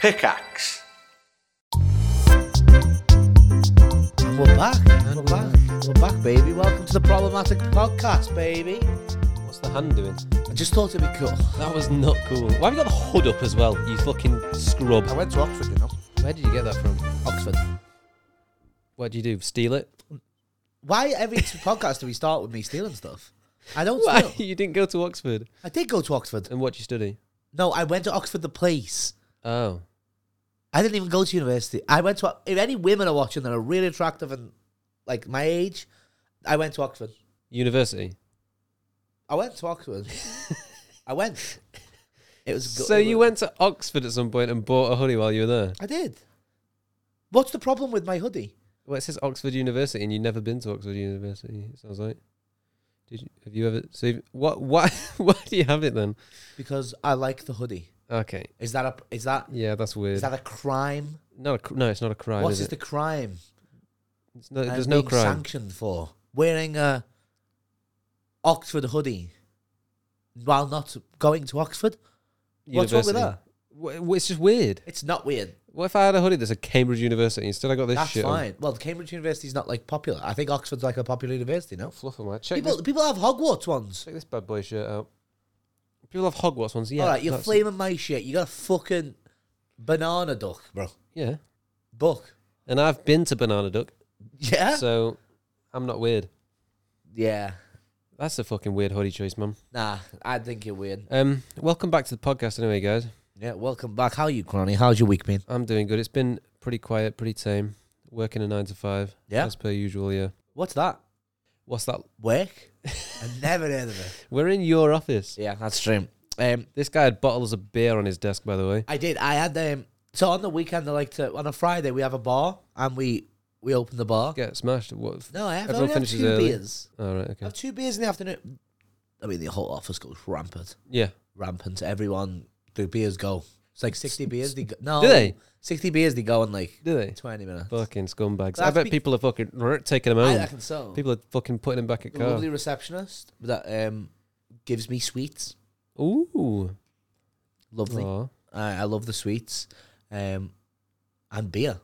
Pickaxe. And we're back. And we're back. We're back, baby. Welcome to the Problematic Podcast, baby. What's the hand doing? I just thought it'd be cool. That was not cool. Why have you got the hood up as well? You fucking scrub. I went to Oxford, you know. Where did you get that from? Oxford. What do you do? Steal it? Why every t- podcast do we start with me stealing stuff? I don't Why? steal. You didn't go to Oxford. I did go to Oxford. And what do you study? No, I went to Oxford the place. Oh. I didn't even go to university. I went to. If any women are watching that are really attractive and like my age, I went to Oxford. University. I went to Oxford. I went. It was good. So you went to Oxford at some point and bought a hoodie while you were there. I did. What's the problem with my hoodie? Well, it says Oxford University, and you've never been to Oxford University. It sounds like. Did you, have you ever? So you've- what? Why? Why do you have it then? Because I like the hoodie. Okay. Is that a is that Yeah, that's weird. is that a crime? no, no, it's not a crime. what is is it? the crime? It's no, I'm there's no being crime. Sanctioned for wearing a Oxford hoodie while not going to Oxford. What's wrong with University. that? Wh- wh- It's just weird. It's not weird. What if I had a hoodie that's a Cambridge University instead? I got this That's shit. on? fine. Well, Cambridge University's not like popular. I think Oxford's like a popular university. No, Fluff on my check. people this, people have Hogwarts ones. check this bad boy shirt out. People have Hogwarts ones. Yeah. All right, you're that's- flaming my shit. You got a fucking banana duck, bro. Yeah. Book. And I've been to Banana Duck, Yeah. so I'm not weird. yeah. That's a fucking weird hoodie choice, mum. Nah, I think you're weird. Um, welcome back to the podcast, anyway, guys. Yeah. Welcome back. How you, Cronny? How's your week been? I'm doing good. It's been pretty quiet, pretty tame. Working a nine to five, Yeah. as per usual. Yeah. What's that? What's that? Work? I never heard of it. We're in your office. Yeah, that's true. Um, This guy had bottles of beer on his desk, by the way. I did. I had um, so on the weekend. I like to on a Friday we have a bar and we we open the bar. Get smashed. What? No, I have Everyone only had finishes two early. beers. All right. I Okay. have two beers in the afternoon. I mean, the whole office goes rampant, Yeah. rampant. Everyone, the beers go. It's like sixty beers. They go, no, Do they? Sixty beers. They go in like Do they? twenty minutes. Fucking scumbags. I That's bet bec- people are fucking r- taking them I home. reckon so. People are fucking putting them back at The car. lovely receptionist that um gives me sweets. Ooh. Lovely. Aw. I, I love the sweets, um, and beer.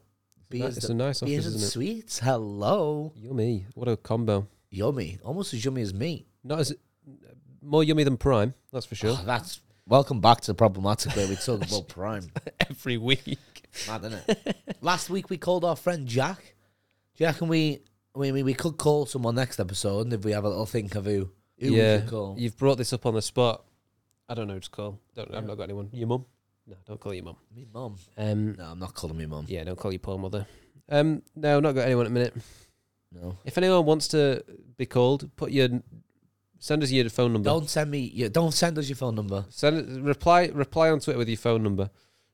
Beer's It's the- a nice office, beers and isn't it? sweets. Hello, Yummy. What a combo. yummy. Almost as yummy as me. Not as more yummy than prime, that's for sure. Oh, that's welcome back to problematic where we talk about prime. Every week. Mad, isn't it? Last week we called our friend Jack. Jack and we, I mean, we could call someone next episode, and if we have a little think of who, who we yeah. should call. You've brought this up on the spot. I don't know who to call. Don't I've not got anyone. Your mum? No, don't call your mum. Me mum. Um No, I'm not calling me mum. yeah, don't call your poor mother. Um no, not got anyone at the minute. No. If anyone wants to be called, put your send us your phone number. Don't send me. Your, don't send us your phone number. Send reply reply on Twitter with your phone number.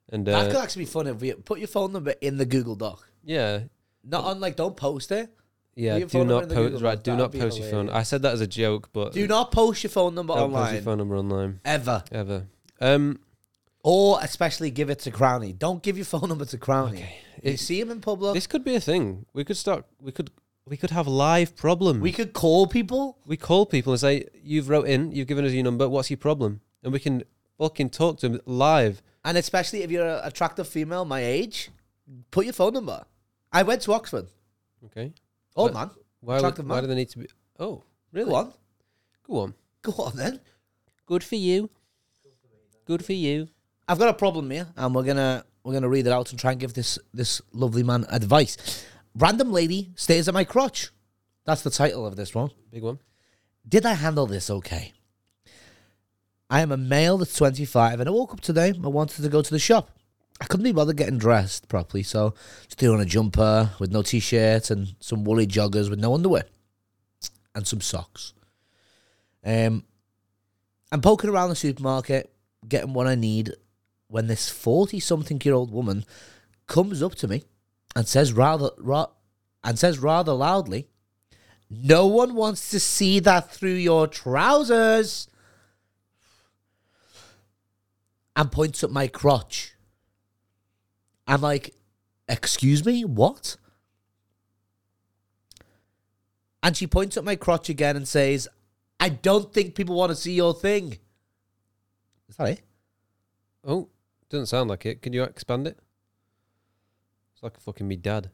And that uh, could actually be fun if we put your phone number in the Google Doc. yeah, Not on like don't post it. Yeah, Put your do phone number in not the post. Google Right, Docs, do that'd not be post your phone. I hilarious. said that as a joke, but Do not post your phone number don't post your online phone number online ever, ever. Um, or especially give it to Crowny. Don't give your phone number to Crowny. You It- see him in public. this could be a thing. We could start. We could. We could have live problems. we We could call people. we call people and say, "You've wrote in. You've given us your number. What's your problem?" And we can fucking talk to them live. And especially if you're an attractive female my age, put your phone number. I went to Oxford. Okay. Old But man. Why? Would, Attractive why man. do they need to be? Oh, really? Go on. Go on. Go on then. Good for you. Good for you. I've got a problem here, and we're gonna we're gonna read it out and try and give this this lovely man advice. Random lady stares at my crotch. That's the title of this one. Big one. Did I handle this okay? I am a male that's 25 and I woke up today. I wanted to go to the shop. I couldn't be bothered getting dressed properly, so just threw on a jumper with no t shirt and some woolly joggers with no underwear and some socks. Um, I'm poking around the supermarket, getting what I need, when this 40 something year old woman comes up to me and says rather, ra- and says rather loudly, no one wants to see that through your trousers. And points at my crotch. I'm like, excuse me, what? And she points at my crotch again and says, I don't think people want to see your thing. Is that it? Oh, Doesn't sound like it. Can you expand it? It's like fucking me dad.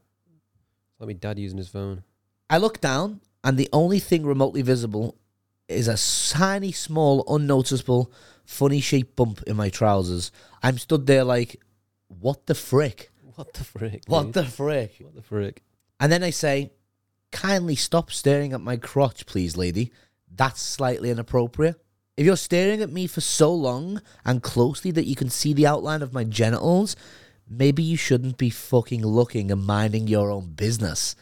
It's like me dad using his phone. I look down, and the only thing remotely visible is a tiny, small, unnoticeable, funny shaped bump in my trousers. I'm stood there like, what the frick? What the frick? What the frick? What the frick? And then I say, kindly stop staring at my crotch, please, lady. That's slightly inappropriate. If you're staring at me for so long and closely that you can see the outline of my genitals, maybe you shouldn't be fucking looking and minding your own business.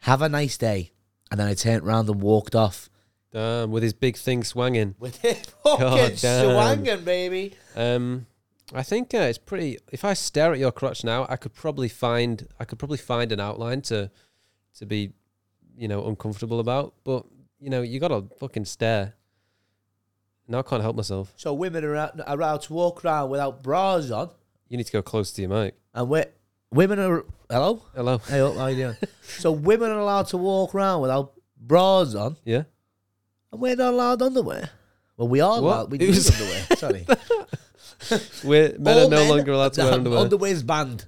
Have a nice day. And then I turned round and walked off. Damn, with his big thing swanging. With it God fucking damn. swanging, baby. Um, I think uh, it's pretty. If I stare at your crotch now, I could probably find I could probably find an outline to to be, you know, uncomfortable about. But you know, you gotta fucking stare. Now I can't help myself. So women are out, are out to walk around without bras on, You need to go close to your mic. and we women are hello. Hello. Hey, what are you doing? so women are allowed to walk around without bras on, Yeah. and we're not allowed underwear. Well, we are What? allowed. We Who use said underwear. Sorry, We're, men All are no longer allowed to wear underwear. Underwear is banned.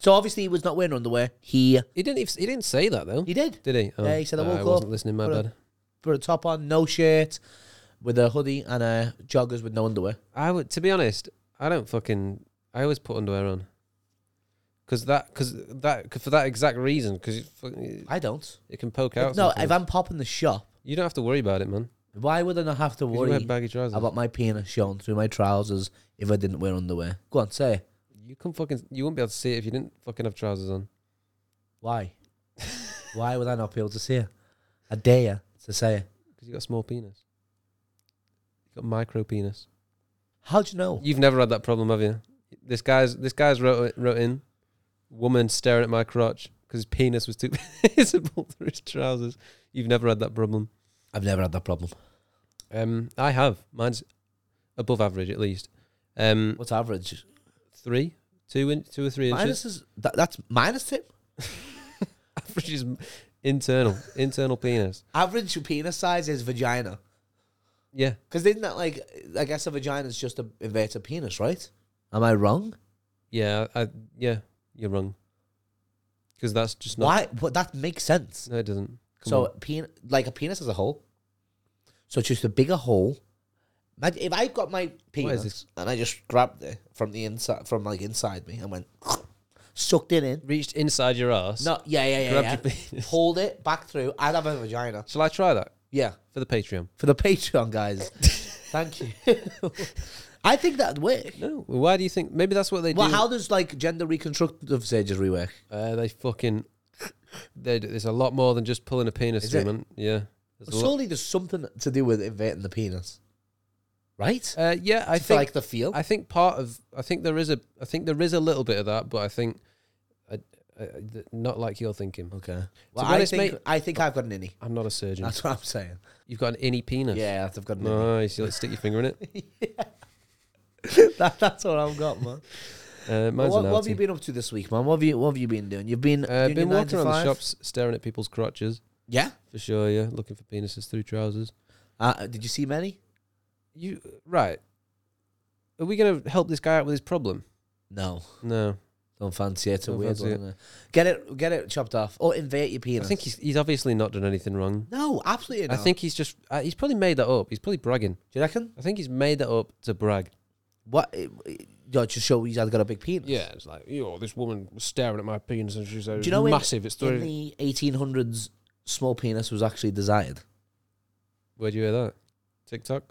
So obviously he was not wearing underwear. He he didn't. ev- He didn't say that though. he did Did he? Oh, Yeah, he said, "I woke I up, wasn't listening. My put a- bad. put a top on, no shirt, with a hoodie and a joggers with no underwear. I would, to be honest, I don't fucking. I always put underwear on. Cause that, cause that, 'cause for that exact reason, cause it, fucking- I don't. it can poke If- out. no, sometimes. if I'm popping the shop, you don't have to worry about it, man. why would I not have to 'Cause You wear worry? baggy trousers. about my penis showing through my trousers if I didn't wear underwear. Go on, say it. you can fucking. You wouldn't be able to see it if you didn't fucking have trousers on. Why? Why would I not be able to see it? I dare you to say it. Cause you got a small penis. You got micro penis. How do you know? You've never had that problem, have you? This guy's this guy's wrote wrote in, woman staring at my crotch because his penis was too visible through his trousers. You've never had that problem. I've never had that problem. Um, I have. Mine's above average at least. Um, What's average? three, two in, two or three inches. Minus is that, that's minus tip. Average is internal, internal penis. Average penis size is vagina. Yeah, Because isn't that like I guess a vagina is just a inverted penis, right? Am I wrong? yeah, I, yeah. You're wrong. Because that's just not. Why? But that makes sense. No, it doesn't. Come so on. pen, like a penis is a hole. So it's just a bigger hole. Imag- If I got my penis this? and I just grabbed it from the inside, from like inside me, and went sucked it in. reached inside your ass. No, yeah, yeah, yeah. grabbed yeah. your penis. Pulled it back through. I'd have a vagina. Shall I try that Yeah, for the Patreon? for the Patreon guys. Thank you. I think that'd work. No. Well, why do you think? Maybe that's what they Well, do. how does like gender reconstructive surgery work? Uh, they fucking. They, d- there's a lot more than just pulling a penis Is through, it? man. Yeah. There's a lot- Surely there's something to do with inverting the penis, right? uh, yeah, I I feel think like the feel. I think part of I think there is a I think there is a little bit of that, but I think I, I, th- not like you're thinking. Okay. Well, be I honest, think mate- I think I've got an innie. I'm not a surgeon. That's what I'm saying. You've got an innie penis. Yeah, I've got an innie. Nice. You like stick your finger in it. That, that's all I've got, man. Uh, Well, mine's what, an what have you outie. been up to this week, man? What have you What have you been doing? You've been Uh, doing been your nine walking to around the five? shops, staring at people's crotches Yeah. for sure. Yeah, looking for penises through trousers. Uh, did you see many? You right? Are we gonna help this guy out with his problem? No, No. don't fancy it. It's a Don't weird fancy one. it. isn't it? Get it, get it chopped off, or invert your I penis. think he's he's obviously not done anything wrong. no, absolutely I not. think he's just uh, he's probably made that up. He's probably bragging. Do you reckon? I think he's made that up to brag. What? It, it, you know, to show he's either got a big penis. Yeah, it's like, you know, this woman was staring at my penis and she's like, Do you know in- massive. it's In the 1800s, small penis was actually desired. Where'd you hear that? TikTok?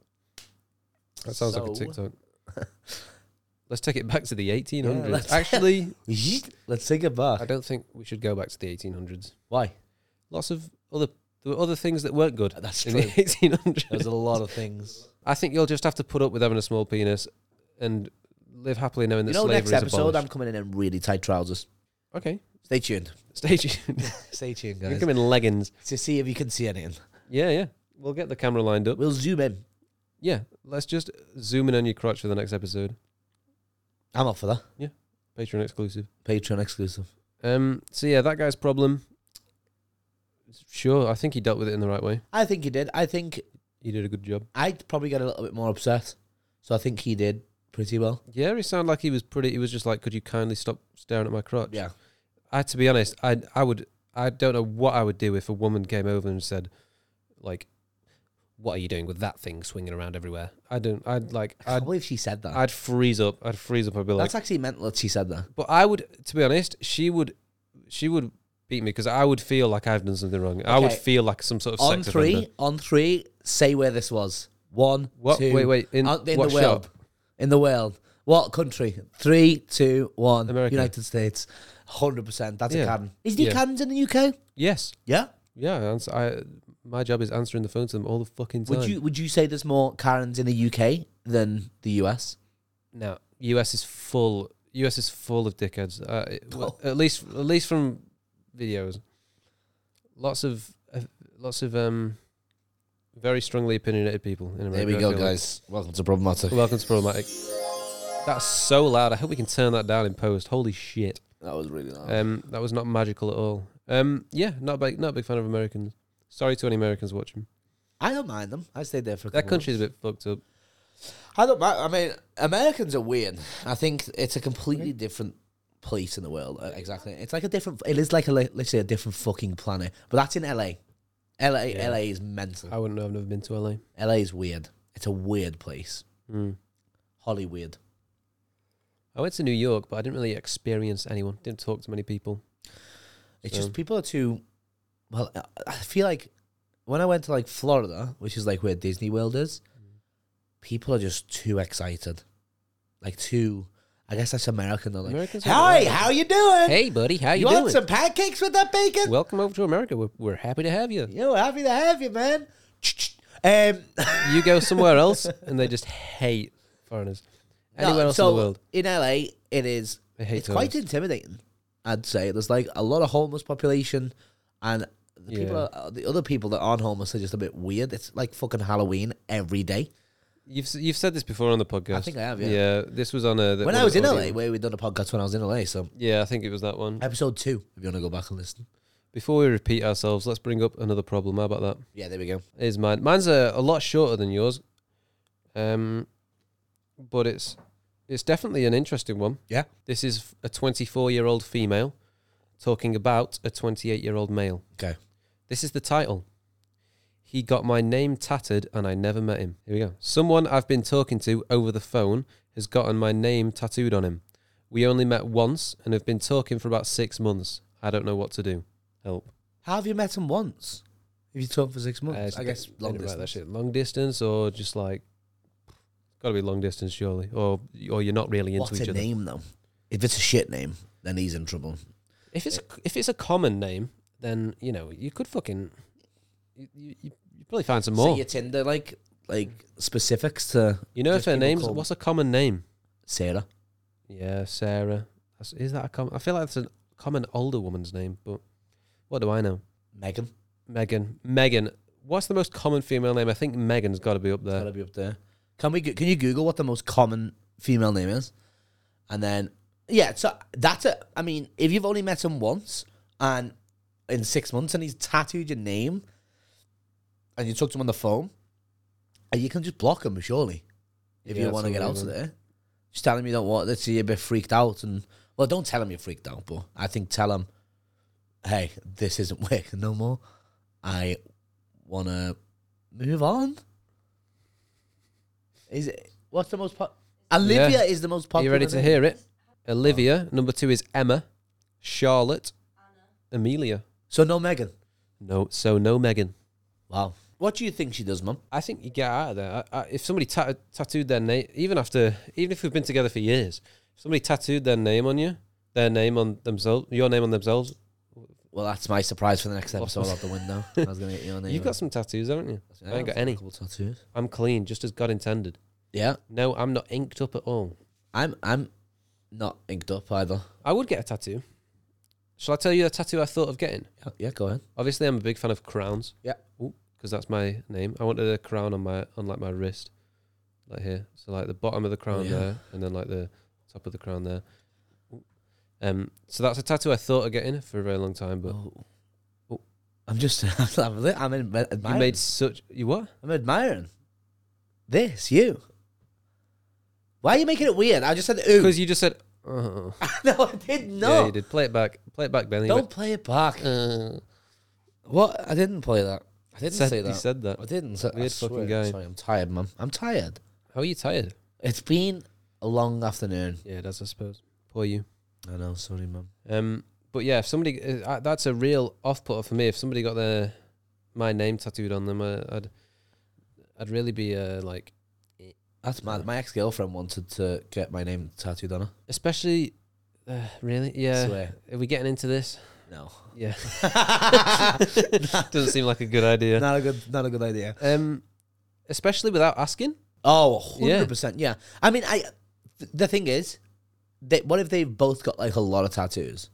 That sounds like a So- TikTok. Let's take it back to the 1800s. Yeah, let's- Actually, Let's take it I back. don't think we should go back to the 1800s. Why? Lots of other there were other things that weren't good That's in true. the 1800s. There's a lot of things. I think you'll just have to put up with having a small penis and live happily knowing that You know, slavery next episode, is abolished. I'm coming in in really tight trousers. okay, Stay tuned. stay tuned. Stay tuned, You guys. come in leggings. To see if you can see anything. Yeah, yeah. We'll get the camera lined up. We'll zoom in. Yeah, let's just zoom in on your crotch for the next episode. I'm up for that. Patreon exclusive. Patreon exclusive. Um. So yeah, that guy's problem. Sure, I think he dealt with it in the right way. I think he did. I think He did a good job. I probably got a little bit more upset. So I think he did pretty well. Yeah, he sounded like he was pretty. He was just like, "Could you kindly stop staring at my crotch?" Yeah. I, to be honest, I I would I don't know what I would do if a woman came over and said, like, "What are you doing with that thing swinging around everywhere?" I don't. I'd like. I I'd can't believe she said that. I'd freeze up. I'd freeze up. I'd be like, That's actually mental that she said that. but I would. To be honest, she would. She would beat me because I would feel like I've done something wrong. I would Okay. feel like some sort of On sex three, offender. on three, say where this was. One, What? two- wait, wait. In, out in what the world. shop? In the world. What country? Three, two, one. America. United States. 100%. That's Yeah. a cannon. Is he Yeah. cannons in the UK? Yes. Yeah. Yeah. I Answer, I. My job is answering the phone to them all the fucking time. Would you would you say there's more Karens in the UK than the US? No, US is full. US is full of dickheads. Uh, it- well, Oh. At least, at least from videos. Lots of, uh, lots of um, very strongly opinionated people in America. There we I go, feel like. guys. Welcome to Problematic. Welcome to problematic. That's so loud. I hope we can turn that down in post. Holy shit. That was really loud. Um, that was not magical at all. Um, yeah, not a big, not a big fan of Americans. Sorry to any Americans watching. I don't mind them. I stayed there for a That couple country's a bit fucked up. I don't mind. I mean, Americans are weird. I think it's a completely different place in the world. Uh, Exactly. It's like a different. It is like a li- literally a different fucking planet. But that's in LA. LA. Yeah. Uh, LA is mental. I wouldn't know. I've never been to LA. LA is weird. It's a weird place. Mm. Holly weird. I went to New York, but I didn't really experience anyone. Didn't talk to many people. It's So- just people are too. Well, I- I feel like when I went to like Florida, which is like where Disney World is, people are just too excited. Like too. I guess that's American. They're like, Americans are "Hi, wild." how you doing? Hey, buddy, how you, you want doing? some pancakes with that bacon?" Welcome over to America. We're, we're happy to have you. Yo, happy to have you, man. Um, You go somewhere else, and they just hate foreigners. Anywhere no, else so in the world, In LA, it is. I hate It's quite intimidating. I'd say there's like a lot of homeless population, and the people, Yeah. are, the other people that aren't homeless are just a bit weird. It's like fucking Halloween every day. you've s- you've said this before on the podcast. I think I have, yeah. this was on a the, when one I was of in the LA, audio- where we done a podcast when I was in LA, so Yeah, I think it was that one. episode two. If you want to go back and listen, Before we repeat ourselves, let's bring up another problem. How about that? yeah, there we go. is mine. Mine's a, a lot shorter than yours. Um, but it's it's definitely an interesting one. Yeah. This is f- a 24 year old female talking about a 28 year old male. Okay. This is the title. He got my name tattered and I never met him. Here we go. Someone I've been talking to over the phone has gotten my name tattooed on him. We only met once and have been talking for about six months. I don't know what to do. Help. How have you met him once? If you talked for six months, Uh, I guess long anyway, that distance. shit. Long distance or just like got to be long distance surely or or you're not really into What's each a other. name though? If it's a shit name, then he's in trouble. If it's a, if it's a common name then you know you could fucking you you, you you probably find some So more. your Tinder like like specifics to you know if just her people name's call- what's a common name? Sarah. Yeah, Sarah. That's, is that a common I feel like that's a common older woman's name, but what do I know? Megan. Megan. Megan. What's the most common female name? I think Megan's got to be up there. Gotta be up there. Can we go- can you Google what the most common female name is? And then yeah, so that's a I mean, if you've only met him once and in six months and he's tattooed your name and you talked to him on the phone, and you can just block him, surely. If Yeah, you want to that's get what out we of would. there. Just tell him you don't want it, so you're a bit freaked out and well, don't tell him you're freaked out, but I think tell him, Hey, this isn't working no more. I wanna move on. Is it what's the most po- Olivia is the most Are popular. you ready to name. hear it? Olivia. Number two is Emma. Charlotte. Amelia. So no Megan. No, so no Megan. Wow. What do you think she does, Mum? I think you get out of there. I, I, if somebody ta- tattooed their name, even after, even if we've been together for years, if somebody tattooed their name on you, their name on themselves, your name on themselves. Well, that's my surprise for the next What's episode out the window. I was gonna get you on there. You've got some tattoos, haven't you? I ain't got any. Couple tattoos. I'm clean, just as God intended. Yeah, No, I'm not inked up at all. I'm. I'm not inked up either. I would get a tattoo. Shall I tell you a tattoo I thought of getting? Yeah, yeah go ahead. Obviously, I'm a big fan of crowns. Yeah. because that's my name. I wanted a crown on my on like my wrist, like here. So like the bottom of the crown yeah. there, and then like the top of the crown there. Um, so that's a tattoo I thought of getting for a very long time, but Oh. Oh. I'm just. I'm. I'm in, admiring. you made such you what? I'm admiring this. You. Why are you making it weird? I just said ooh. Because you just said, oh. no, I did yeah, not. you did. Play it back. Play it back, Ben. He Don't play it back. went, "Uh." What? I didn't play that. I didn't Said- say He that. said that. I didn't. Say, I Weird swear, fucking guy. Sorry, I'm tired, man. I'm tired. How are you tired? It's been a long afternoon. Yeah, that's I suppose. Poor you. I know. Sorry, man. Um, but yeah, if somebody uh, uh, that's a real off putter for me. If somebody got their my name tattooed on them, uh, I'd I'd really be uh, like, That's mad. My ex girlfriend wanted to get my name tattooed on her. especially uh, really. I Yeah, swear. are we getting into this? No. Yeah, not doesn't seem like a good idea. a good. Not a good idea. Um, especially without asking. Oh, Yeah. 100%. Yeah. I mean, I. th- The thing is, they, what if they've both got like a lot of tattoos?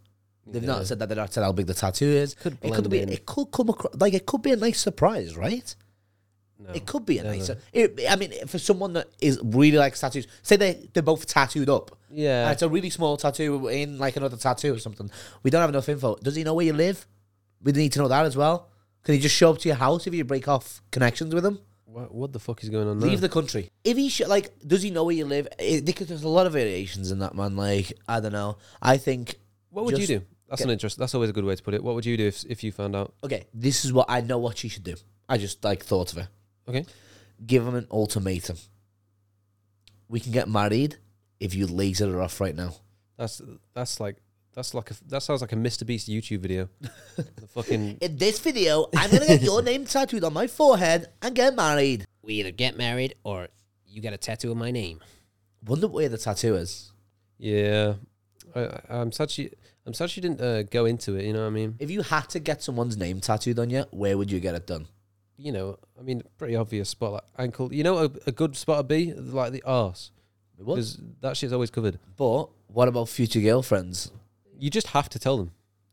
They've Yeah. not said that. They've not said how big the tattoo is. Could It blend could be. in. It could come across like it could be a nice surprise, right? No. It could be a No, nice. no. It, I mean, for someone that is really likes tattoos, say they they're both tattooed up. Yeah. and it's a really small tattoo in like another tattoo or something. We don't have enough info. Does he know where you live? We need to know that as well. Can he just show up to your house if you break off connections with him? what, what the fuck is going on? Leave now? the country. If he sh- like, does he know where you live? It, because there's a lot of variations in that man. Like, I don't know. I think what would just you do? That's an interest. That's always a good way to put it. What would you do if if you found out? okay. This is what I know. What she should do. I just like thought of it. Okay. Give him an ultimatum. We can get married if you laser her off right now. That's that's like that's like a, that sounds like a Mr Beast YouTube video. the fucking In this video, I'm gonna get your name tattooed on my forehead and get married. we either get married or you got a tattoo of my name. Wonder where the tattoo is. yeah. I, I- I'm sad she I'm sad she didn't uh, go into it. You know what I mean? If you had to get someone's name tattooed on you, where would you get it done? You know, I mean, pretty obvious spot like ankle. You know, a, a good spot would be like the arse It was. because that shit's always covered. But what about future girlfriends? You just have to tell them.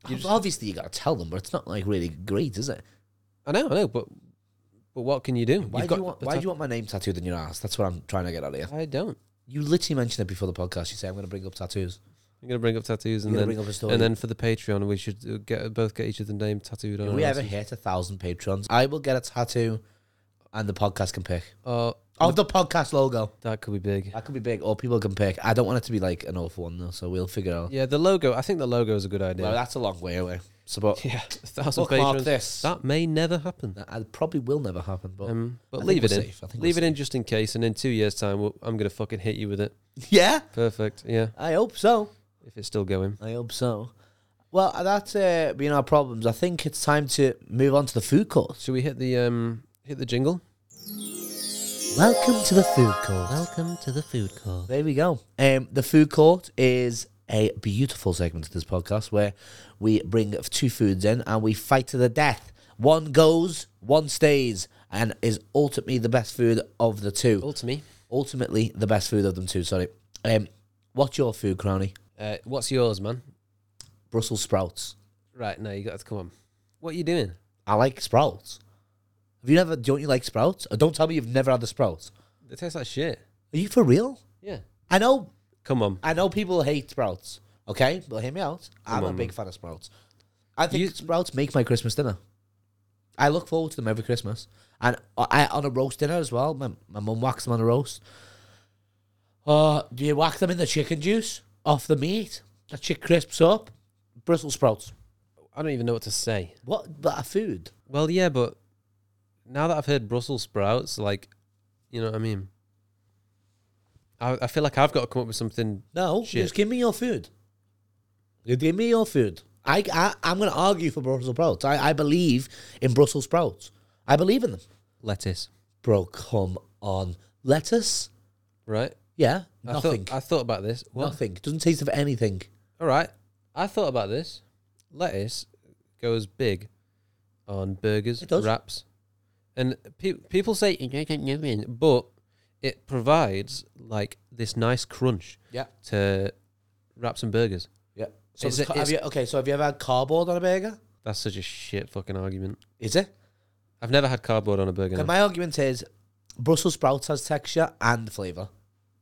You just- Obviously, you gotta tell them, but it's not like really great, is it? I know, I know, but but what can you do? Why You've do got you want? the Why ta- do you want my name tattooed on your ass? That's what I'm trying to get out of you. I don't. You literally mentioned it before the podcast. You say I'm gonna bring up tattoos. I'm gonna bring up tattoos You're and gonna then bring up a story. and then for the Patreon we should uh, get both get each other's name tattooed on. if our we ever asses. hit a thousand patrons, I will get a tattoo, and the podcast can pick Oh, of the podcast logo. that could be big. That could be big, or people can pick. I don't want it to be like an awful one though, so we'll figure out. Yeah, the logo. I think the logo is a good idea. Well, that's a long way away. So, but yeah, a thousand bookmark patrons. this. That That may never happen. probably will never happen. But Um, but I think leave it we're in. safe. I think Leave we're it in just in case, and in two years' time, we'll, I'm gonna fucking hit you with it. yeah, Perfect. Yeah, I hope so. if it's still going. I hope so. Well, that's uh, been our problems. I think it's time to move on to the food court. Should we hit the um hit the jingle? Welcome to the food court. Welcome to the food call. There we go. Um, the food court is a beautiful segment of this podcast where we bring two foods in and we fight to the death. One goes, one stays, and is ultimately the best food of the two. All to me. ultimately the best food of them too. Sorry. Um, what's your food, Crowny? Uh, what's yours, man? Brussels sprouts. Right, no, you got to come on. What are you doing? I like sprouts. Have you never? Don't you like sprouts? Or don't tell me you've never had the sprouts. It tastes like shit. Are you for real? Yeah. I know. Come on. I know people hate sprouts. Okay, but hear me out. I'm Come a on, big fan of sprouts. I think You- sprouts make my Christmas dinner. I look forward to them every Christmas, and I, I on a roast dinner as well. My my mum whacks them on a roast. Uh, do you whack them in the chicken juice off the meat? That shit crisps up. Brussels sprouts. I don't even know what to say. What? But a food. Well, yeah, but now that I've heard Brussels sprouts, like, you know what I mean? I, I feel like I've got to come up with something. No, Shit. just give me your food. You give me your food. I, I I'm going to argue for Brussels sprouts. I, I believe in Brussels sprouts. I believe in them. Lettuce, Bro, come on. Lettuce? right? Yeah, I nothing. thought, I thought about this. What? nothing. Doesn't taste of anything. All right. I thought about this. Lettuce goes big on burgers, It does. wraps. And pe- people say, "You don't know it," but it provides like this nice crunch Yeah. to wraps and burgers. Yeah. So Is there's it- ca- have is- you, okay, so have you ever had cardboard on a burger? That's such a shit fucking argument. Is it? I've never had cardboard on a burger. Okay, no. my argument is Brussels sprouts has texture and flavour.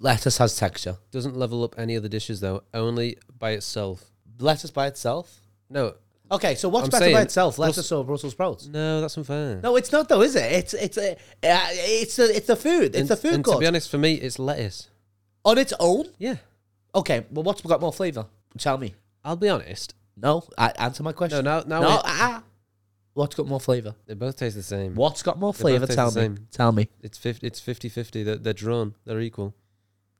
Lettuce has texture. Doesn't level up any other dishes though, only by itself. Lettuce by itself. No, Okay, so what's I'm better by saying itself, Brussels- lettuce or Brussels sprouts? no, that's unfair. No, it's not though, is it? It's it's a, uh, it's a, it's the food. It's And- the food and court. To be honest, for me, it's lettuce. on its own. Yeah. Okay, well, what's got more flavour? Tell me. I'll be honest. No, I, answer my No, question. now, now no, it- ah, ah. what's got more flavour? they both taste the same. What's got more both flavour? taste Tell me. the same. Tell me. It's 50, it's 50 50. They're, they're drawn. They're equal.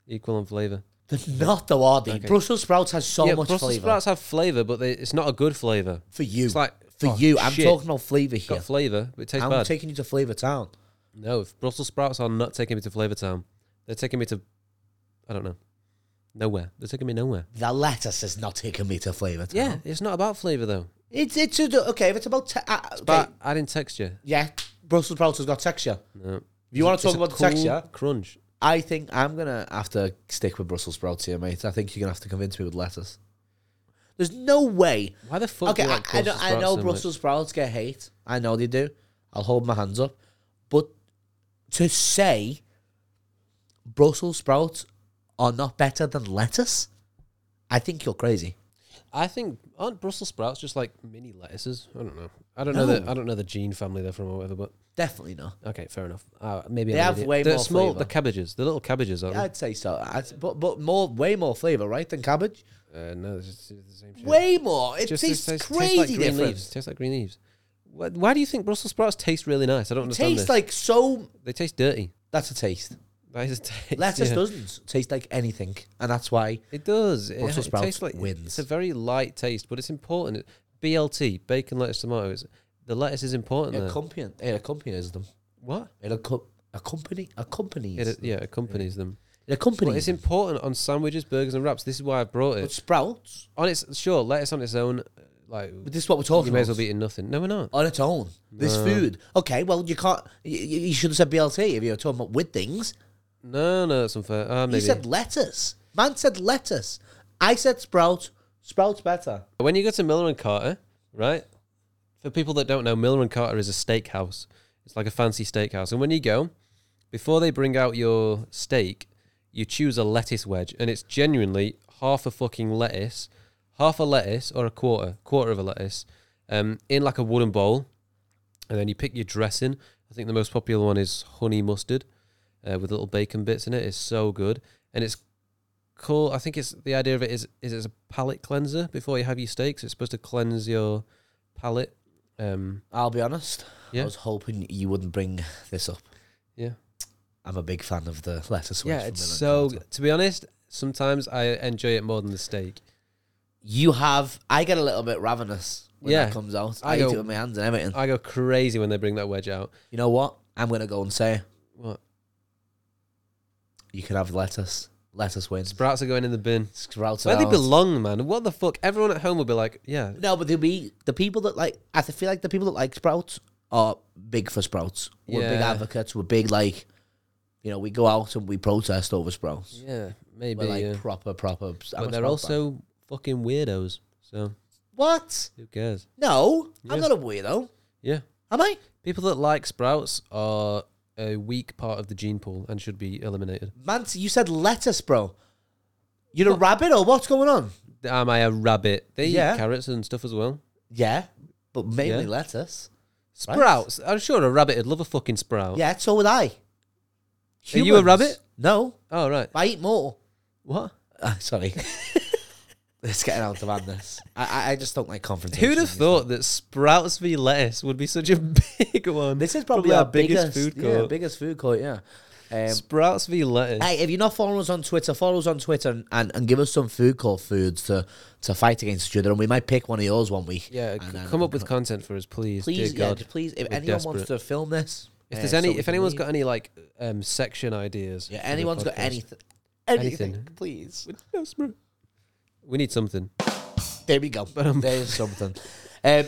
Equal on flavour. They're not though, are they? Okay. Brussels sprouts has so yeah, much Brussels flavour sprouts have flavour, but they, it's not a good flavour. for you. It's like, for oh, you, I'm shit. talking about flavour It's got here. flavour, but it tastes I'm bad. taking you to Flavour Town. no, if Brussels sprouts are not taking me to Flavour Town. They're taking me to, I don't know, nowhere. They're taking me nowhere. The lettuce is not taking me to Flavour Town. Yeah, it's not about flavour though. it's it's a, okay. If it's about te- uh, okay, But adding texture. yeah, Brussels sprouts has got texture. No. If you want It's to talk a about the cool texture, Crunch. I think I'm gonna have to stick with Brussels sprouts here, mate. I think you're gonna have to convince me with lettuce. There's no way. Why the fuck okay, do I, you like I know, Brussels I know sprouts so much? Brussels sprouts get hate. I know they do. I'll hold my hands up, but to say Brussels sprouts are not better than lettuce, I think you're crazy. I think aren't Brussels sprouts just like mini lettuces? I don't know. I don't know the I don't know the gene family they're from or whatever. But Definitely not. okay, fair enough. Uh, maybe They I'm an have idiot. way They're more small. flavour. The cabbages, the little cabbages, aren't I'd say so. I'd- but but more, way more flavor, right, than cabbage. they? Uh, no, it's just it's the same shit. Way more. It Just tastes tastes- tastes crazy like green different. leaves. Tastes like green leaves. Why, why do you think Brussels sprouts taste really nice? I don't understand Tastes this. like so. they taste dirty. That's a taste. That is a taste. Lettuce yeah. doesn't taste like anything, and that's why It does. It, Brussels it sprouts tastes like wins. It's a very light taste, but it's important. BLT, bacon, lettuce, tomatoes. The lettuce is important. it there. accompanies, Mm. it accompanies them. what? It acco- accompany accompanies It, yeah, accompanies them. it accompanies But it's them. important on sandwiches, burgers, and wraps. This is why I brought But it. sprouts. On its sure, lettuce on its own, uh, like But this is what we're you talking may about. as well be eating nothing. No, we're not. on its own. This food. Okay, well you can't. You, you should have said BLT if you were talking about with things. No, no, that's unfair. Uh, He maybe. said lettuce. Man said lettuce. I said sprouts. Sprouts better. when you go to Miller and Carter, right? For people that don't know, Miller and Carter is a steakhouse. It's like a fancy steakhouse. And when you go, before they bring out your steak, you choose a lettuce wedge, and it's genuinely half a fucking lettuce, half a lettuce or a quarter, quarter of a lettuce, um, in like a wooden bowl, and then you pick your dressing. I think the most popular one is honey mustard, uh, with little bacon bits in it. It's so good, and it's cool. I think it's the idea of it is is it's a palate cleanser before you have your steaks. It's supposed to cleanse your palate. Um, I'll be honest. I Yeah. was hoping you wouldn't bring this up. yeah, I'm a big fan of the lettuce. wedge yeah. from Miller and It's so. Carter. Good. To be honest, sometimes I enjoy it more than the steak. You have. I get a little bit ravenous when Yeah. that comes out. I, I eat go- it with my hands and everything. I go crazy when they bring that wedge out. you know what? I'm gonna go and say it. What you can have lettuce. Lettuce wins. sprouts are going in the bin? Sprouts. Where are they out. belong, man. What the fuck? Everyone at home will be like, yeah, No, but there'll be the people that like. I feel like the people that like sprouts are big for sprouts. We're big Yeah. advocates. We're big like, you know, we go out and we protest over sprouts. yeah, maybe. We're like yeah. proper, proper. I'm a But sprout they're fan. also fucking weirdos. So what? who cares? No, I'm Yeah. not a weirdo. Yeah. Am I? People that like sprouts are a weak part of the gene pool and should be eliminated. Man, you said lettuce, bro. You're a rabbit or what's going on? Am I a rabbit? They Yeah. eat carrots and stuff as well. Yeah, but mainly Yeah. lettuce. Right. Sprouts. I'm sure a rabbit would love a fucking sprout. Yeah, so would I. Are you a Humans? rabbit? No, Oh right. I eat more. What? Uh, sorry. it's getting out of hand. This. I, I- I just don't like confrontation. Who'd have thought that sprouts v lettuce would be such a big one? This is probably, our, biggest, food Yeah, court. biggest food court. Yeah. Um, sprouts v lettuce. hey, if you're not following us on Twitter, follow us on Twitter and, and, and give us some food court foods to, to fight against each other. And we might pick one of yours one week. yeah, And then- come up with content for us, please. Please, dear yeah, God. just please. If We're anyone wants to desperate. film this, if uh, there's so any, we if can anyone's read- got any like um, section ideas, yeah, for the anyone's got podcast, anything, anything, Anything. please. we're desperate. We need something. There we go. There's something. Um,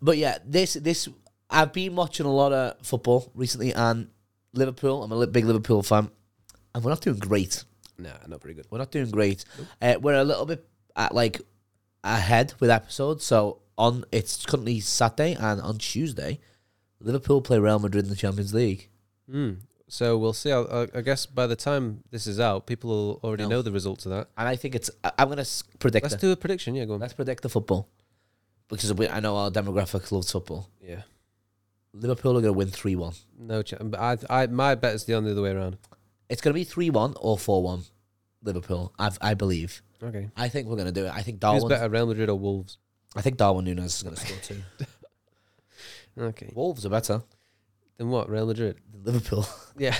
but yeah, this this I've been watching a lot of football recently, and Liverpool. I'm a li- big Liverpool fan, and we're not doing great. Nah, not very good. We're not doing great. Uh, we're a little bit at like ahead with episodes. So on it's currently Saturday, and on Tuesday, Liverpool play Real Madrid in the Champions League. Mm. So we'll see. How, I- I guess by the time this is out, people will already No. know the results of that. And I think it's I- I'm gonna s- predict. Let's the- do a prediction. Yeah, go on. let's predict the football because we, I know our demographic loves football. Yeah. Liverpool are gonna win three one. No, ch- I, I, my bet is the only other way around. It's going to be 3 1 or 4 1 Liverpool, I've, I believe. Okay. I think we're going to do it. I think Who's Darwin. better, Real Madrid or Wolves? I think Darwin Nunes is going to score too. Okay. Wolves are better Then what? Real Madrid. than Liverpool. Yeah.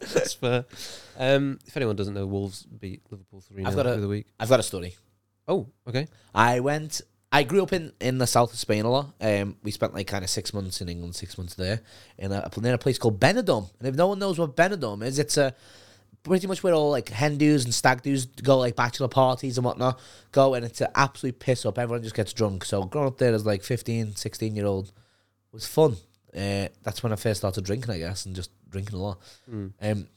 That's fair. Um, if anyone doesn't know, Wolves beat Liverpool 3 0 got a- through the week. I've got a story. Oh, okay. I went. I grew up in, in the south of Spain a lot. Um, we spent like kind of six months in England, six months there, in a, in a place called Benidorm. And if no one knows what Benidorm is, it's a pretty much where all like hen do's and stag do's go, like bachelor parties and whatnot go, and it's an absolute piss up. Everyone just gets drunk. So growing up there as like 15, 16 year old was fun. Uh, that's when I first started drinking, I guess, and just drinking a lot. Mm, Um,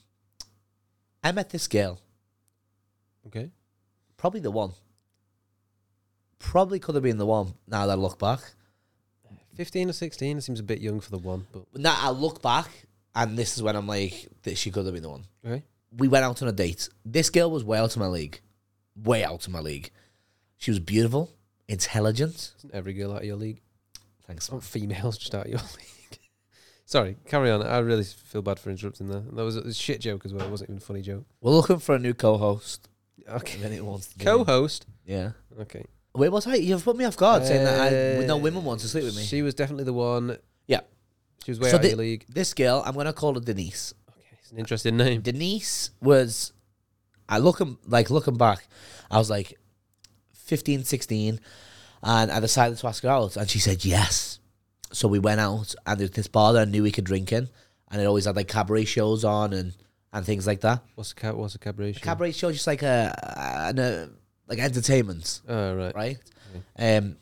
I met this girl okay. probably the one. Probably could have been the one. Now that I look back, 15 or 16 seems a bit young for the one, but now I look back, and this is when I'm like, that she could have been the one. okay. We went out on a date. This girl was way out of my league, way out of my league. She was beautiful, intelligent. Isn't every girl out of your league? Thanks. Some females just out of your league. Sorry, carry on. I really feel bad for interrupting there. That was a shit joke as well. It wasn't even a funny joke. We're looking for a new co-host. Okay. If anyone wants to do it. Co-host. yeah. Okay. Wait, what? You've put me off guard saying that I, Uh, no women want to sleep with me. She was definitely the one. Yeah. She was way So out the- of your league. this girl, I'm gonna call her Denise. Okay, it's an interesting name. Denise was I looking like looking back, I was like 15, 16, and I decided to ask her out and she said yes. So we went out and there's this bar that I knew we could drink in and it always had like cabaret shows on and, and things like that. What's a cab? What's a cabaret? show? Cabaret shows just like a, an, uh like entertainment Oh right. right? Mm. Um,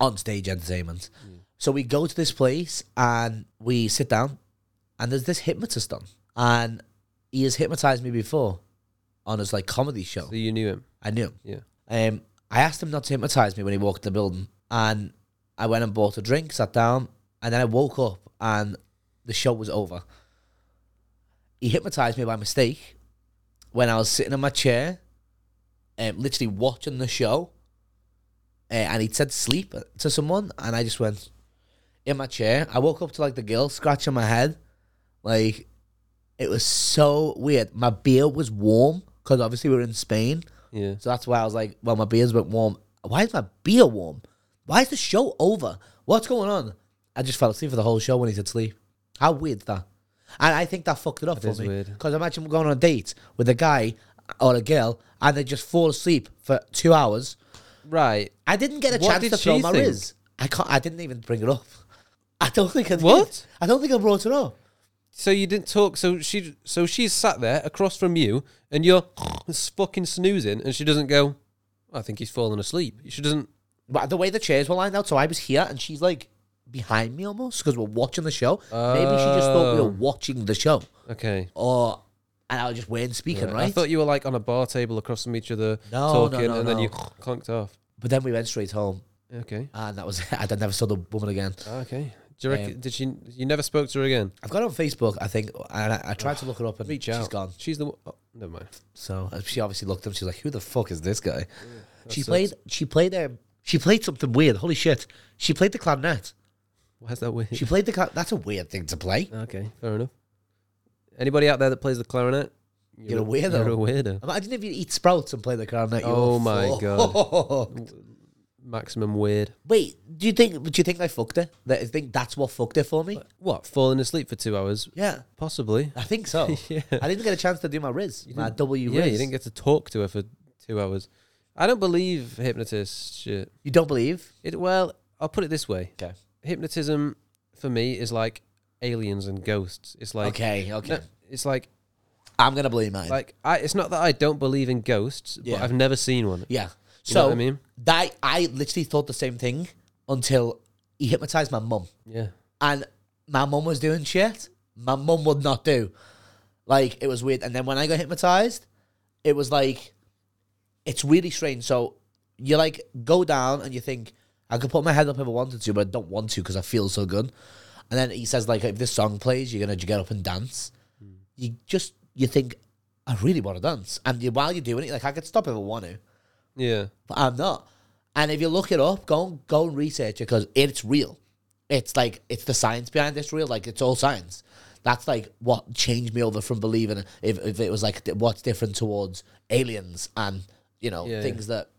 on stage entertainment. So we go to this place and we sit down, and there's this hypnotist on, and he has hypnotized me before on his like comedy show. So you knew him. I knew. Yeah. Um, I asked him not to hypnotize me when he walked in the building, and I went and bought a drink, sat down, and then I woke up and the show was over. He hypnotized me by mistake when I was sitting in my chair, um, literally watching the show, uh, and he said sleep to someone, and I just went in my chair. I woke up to like the girl scratching my head, like it was so weird. My beer was warm because obviously we were in Spain. Yeah. So that's why I was like, well, my beer's a bit warm. Why is my beer warm? Why is the show over? What's going on? I just fell asleep for the whole show when he said sleep. How weird is that? And I think that fucked it up That for is me. weird. Because imagine we're going on a date with a guy or a girl and they just fall asleep for two hours. Right. I didn't get a What chance did to throw she my think? riz. I can't. I didn't even bring it up. I don't think I did. What? I don't think I brought it up. So you didn't talk. So she. So she's sat there across from you, and you're fucking snoozing, and she doesn't go. I think he's fallen asleep. She doesn't. But the way the chairs were lined out, so I was here and she's like behind me almost because we're watching the show. Maybe she just thought we Oh. were watching the show, Okay. or and I was just weren't speaking right. I thought you were like on a bar table across from each other, No, talking, no, no, and then no. you clunked off. but then we went straight home, Okay. and that was it. I never saw the woman again. Okay. Do you reckon, did she? You never spoke to her again. I've got her on Facebook, I think, and I, I tried to look her up, and Reach she's out. gone. She's the. one- Oh, never mind. So uh, she obviously looked up. She's like, "Who the fuck is this guy?" she sucks. played. She played. Um, she played something weird. Holy shit! She played the clarinet. Why's that weird? She played the. Cla- that's a weird thing to play. Okay, fair enough. Anybody out there that plays the clarinet? You're a weirdo. You're a weirdo. Imagine if you eat sprouts and play the clarinet. you're Oh my fucked. Maximum weird. Wait, do you think? Do you think I fucked her? That I think that's what fucked her for me. What? Falling asleep for two hours? Yeah, Possibly. I think so. Yeah. I didn't get a chance to do my riz, my W yeah, riz. you didn't get to talk to her for two hours. I don't believe hypnotist shit. You don't believe? It well, I'll put it this way. Okay. Hypnotism for me is like aliens and ghosts. It's like okay, okay. No, it's like I'm gonna believe mine. like I. It's not that I don't believe in ghosts, but Yeah. I've never seen one. yeah. You So know what I mean? that I literally thought the same thing until he hypnotized my mum, Yeah. and my mum was doing shit. My mum would not do. Like it was weird. And then when I got hypnotized, it was like it's really strange. So you like go down and you think I could put my head up if I wanted to, but I don't want to because I feel so good. And then he says like, if this song plays, you're gonna get up and dance. You just you think I really want to dance, and you, while you're doing it, like I could stop if I want to, Yeah. but I'm not. And if you look it up, go and go and research it because it's real. It's like it's the science behind it's real. Like it's all science. That's like what changed me over from believing if, if it was like th- what's different towards aliens and you know Yeah, things that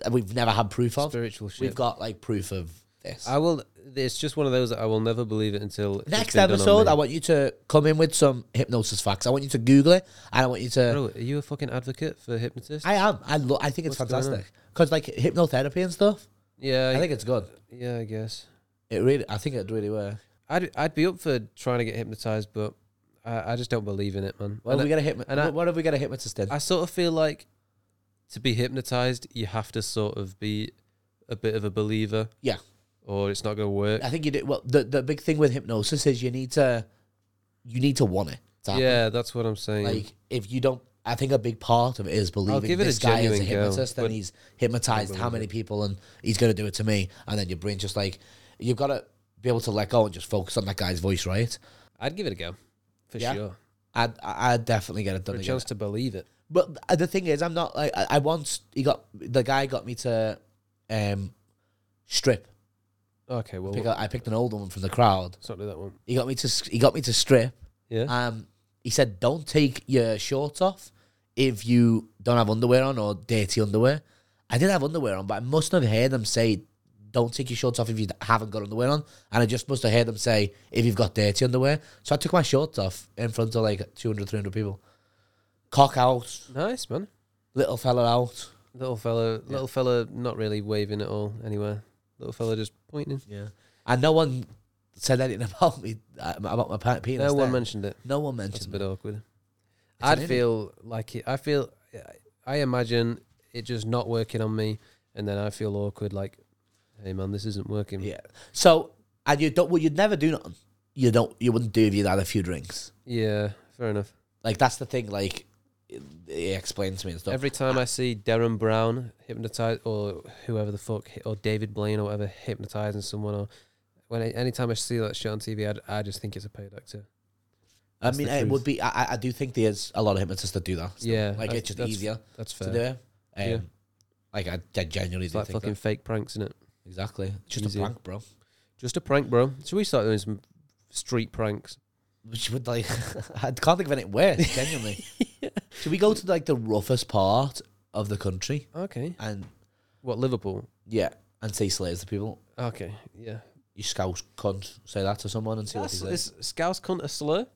that we've never had proof of. Spiritual shit. We've got like proof of this. I will. It's just one of those that I will never believe it until it's Next been done on episode, me. I want you to come in with some hypnosis facts. I want you to Google it, and I want you to. Bro, are you a fucking advocate for hypnotists? I am. I lo- I think it's What's going on? fantastic because like hypnotherapy and stuff. yeah, I think it's good. yeah, I guess. It really. I think it'd really work. I'd I'd be up for trying to get hypnotized, but I, I just don't believe in it, man. What And have we I, got a hypno- and I- What what have we got a hypnotist in? I sort of feel like to be hypnotized, you have to sort of be a bit of a believer. Yeah. Or it's not going to work. I think you do. Well, the, the big thing with hypnosis is you need to, you need to want it. to happen. Yeah, that's what I'm saying. Like if you don't, I think a big part of it is believing give it this a guy is a genuine go, hypnotist but and he's hypnotized how many people and he's gonna do it to me. And then your brain just like you've got to be able to let go and just focus on that guy's voice, right? I'd give it a go, for Yeah. sure. I'd I'd definitely get it done A again. chance to believe it. But uh, the thing is, I'm not like I, I once he got the guy got me to, um, strip. Okay, well, Pick a, I picked an old woman from the crowd. let's not do that one. He got me to s- he got me to strip. Yeah. Um, he said, "Don't take your shorts off if you don't have underwear on or dirty underwear." I did have underwear on, but I must have heard them say, "Don't take your shorts off if you haven't got underwear on," and I just must have heard them say, "If you've got dirty underwear." So I took my shorts off in front of like 200, 300 people. Cock out, nice, man. little fella out. Little fella, little fella, not really waving at all anywhere. Little fella just pointing. Yeah, and no one said anything about me uh, about my pe- penis. No one there. mentioned it. No one It's a mentioned. bit it. awkward. an I'd idiot. feel like it, I feel. I imagine it just not working on me, and then I feel awkward. Like, hey man, this isn't working. Yeah. So and you don't. Well, you'd never do nothing. You don't. You wouldn't do if you'd had a few drinks. Yeah, fair enough. Like that's the thing. Like he explained to me and stuff. Every time I see Darren Brown hypnotized or whoever the fuck, hi- or David Blaine or whatever hypnotizing someone, or when I, anytime I see that shit on TV, I, I just think it's a paid actor. I that's mean, the it truth. would be. I, I- I do think there's a lot of hypnotists that do that. still. Yeah, Like I- it's just that's- easier That's to fair. do it. Um, Yeah. Like I, I genuinely It's do like think fucking that. fake pranks, isn't it? exactly. Just Easier. a prank, bro. Just a prank, bro. Should we start doing some street pranks? Which would like I can't think of anything worse. Genuinely. Should we go to like the roughest part of the country Okay. and What Liverpool? yeah, and say slays to people? Okay. Yeah. You scouse cunt. Say that to someone and see That's, what he says. is scouse cunt a slur?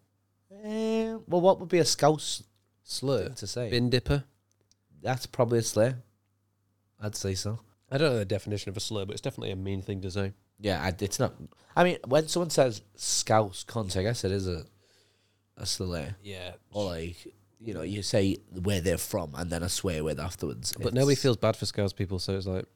Eh, well, what would be a scouse Slur. thing to say? Bin dipper. That's probably a slur. I'd say so. I don't know the definition of a slur, but it's definitely a mean thing to say. Yeah, I, it's not. I mean, when someone says scouse cunt, I guess it is a a slur. Yeah. Or like, you know, you say where they're from and then a swear word afterwards. But It's- nobody feels bad for scouse people, so it's like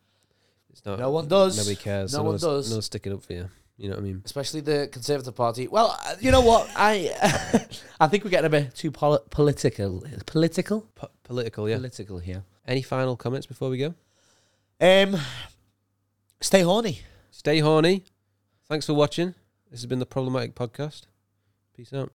it's not No one does. Nobody cares. No one does. No one's sticking up for you. You know what I mean? especially the Conservative Party. Well, uh, you know what? I I think we're getting a bit too poli- political, political, Po- political, yeah. political here. Any final comments before we go? Um, stay horny. Stay horny. Thanks for watching. This has been the Problematic Podcast. Peace out.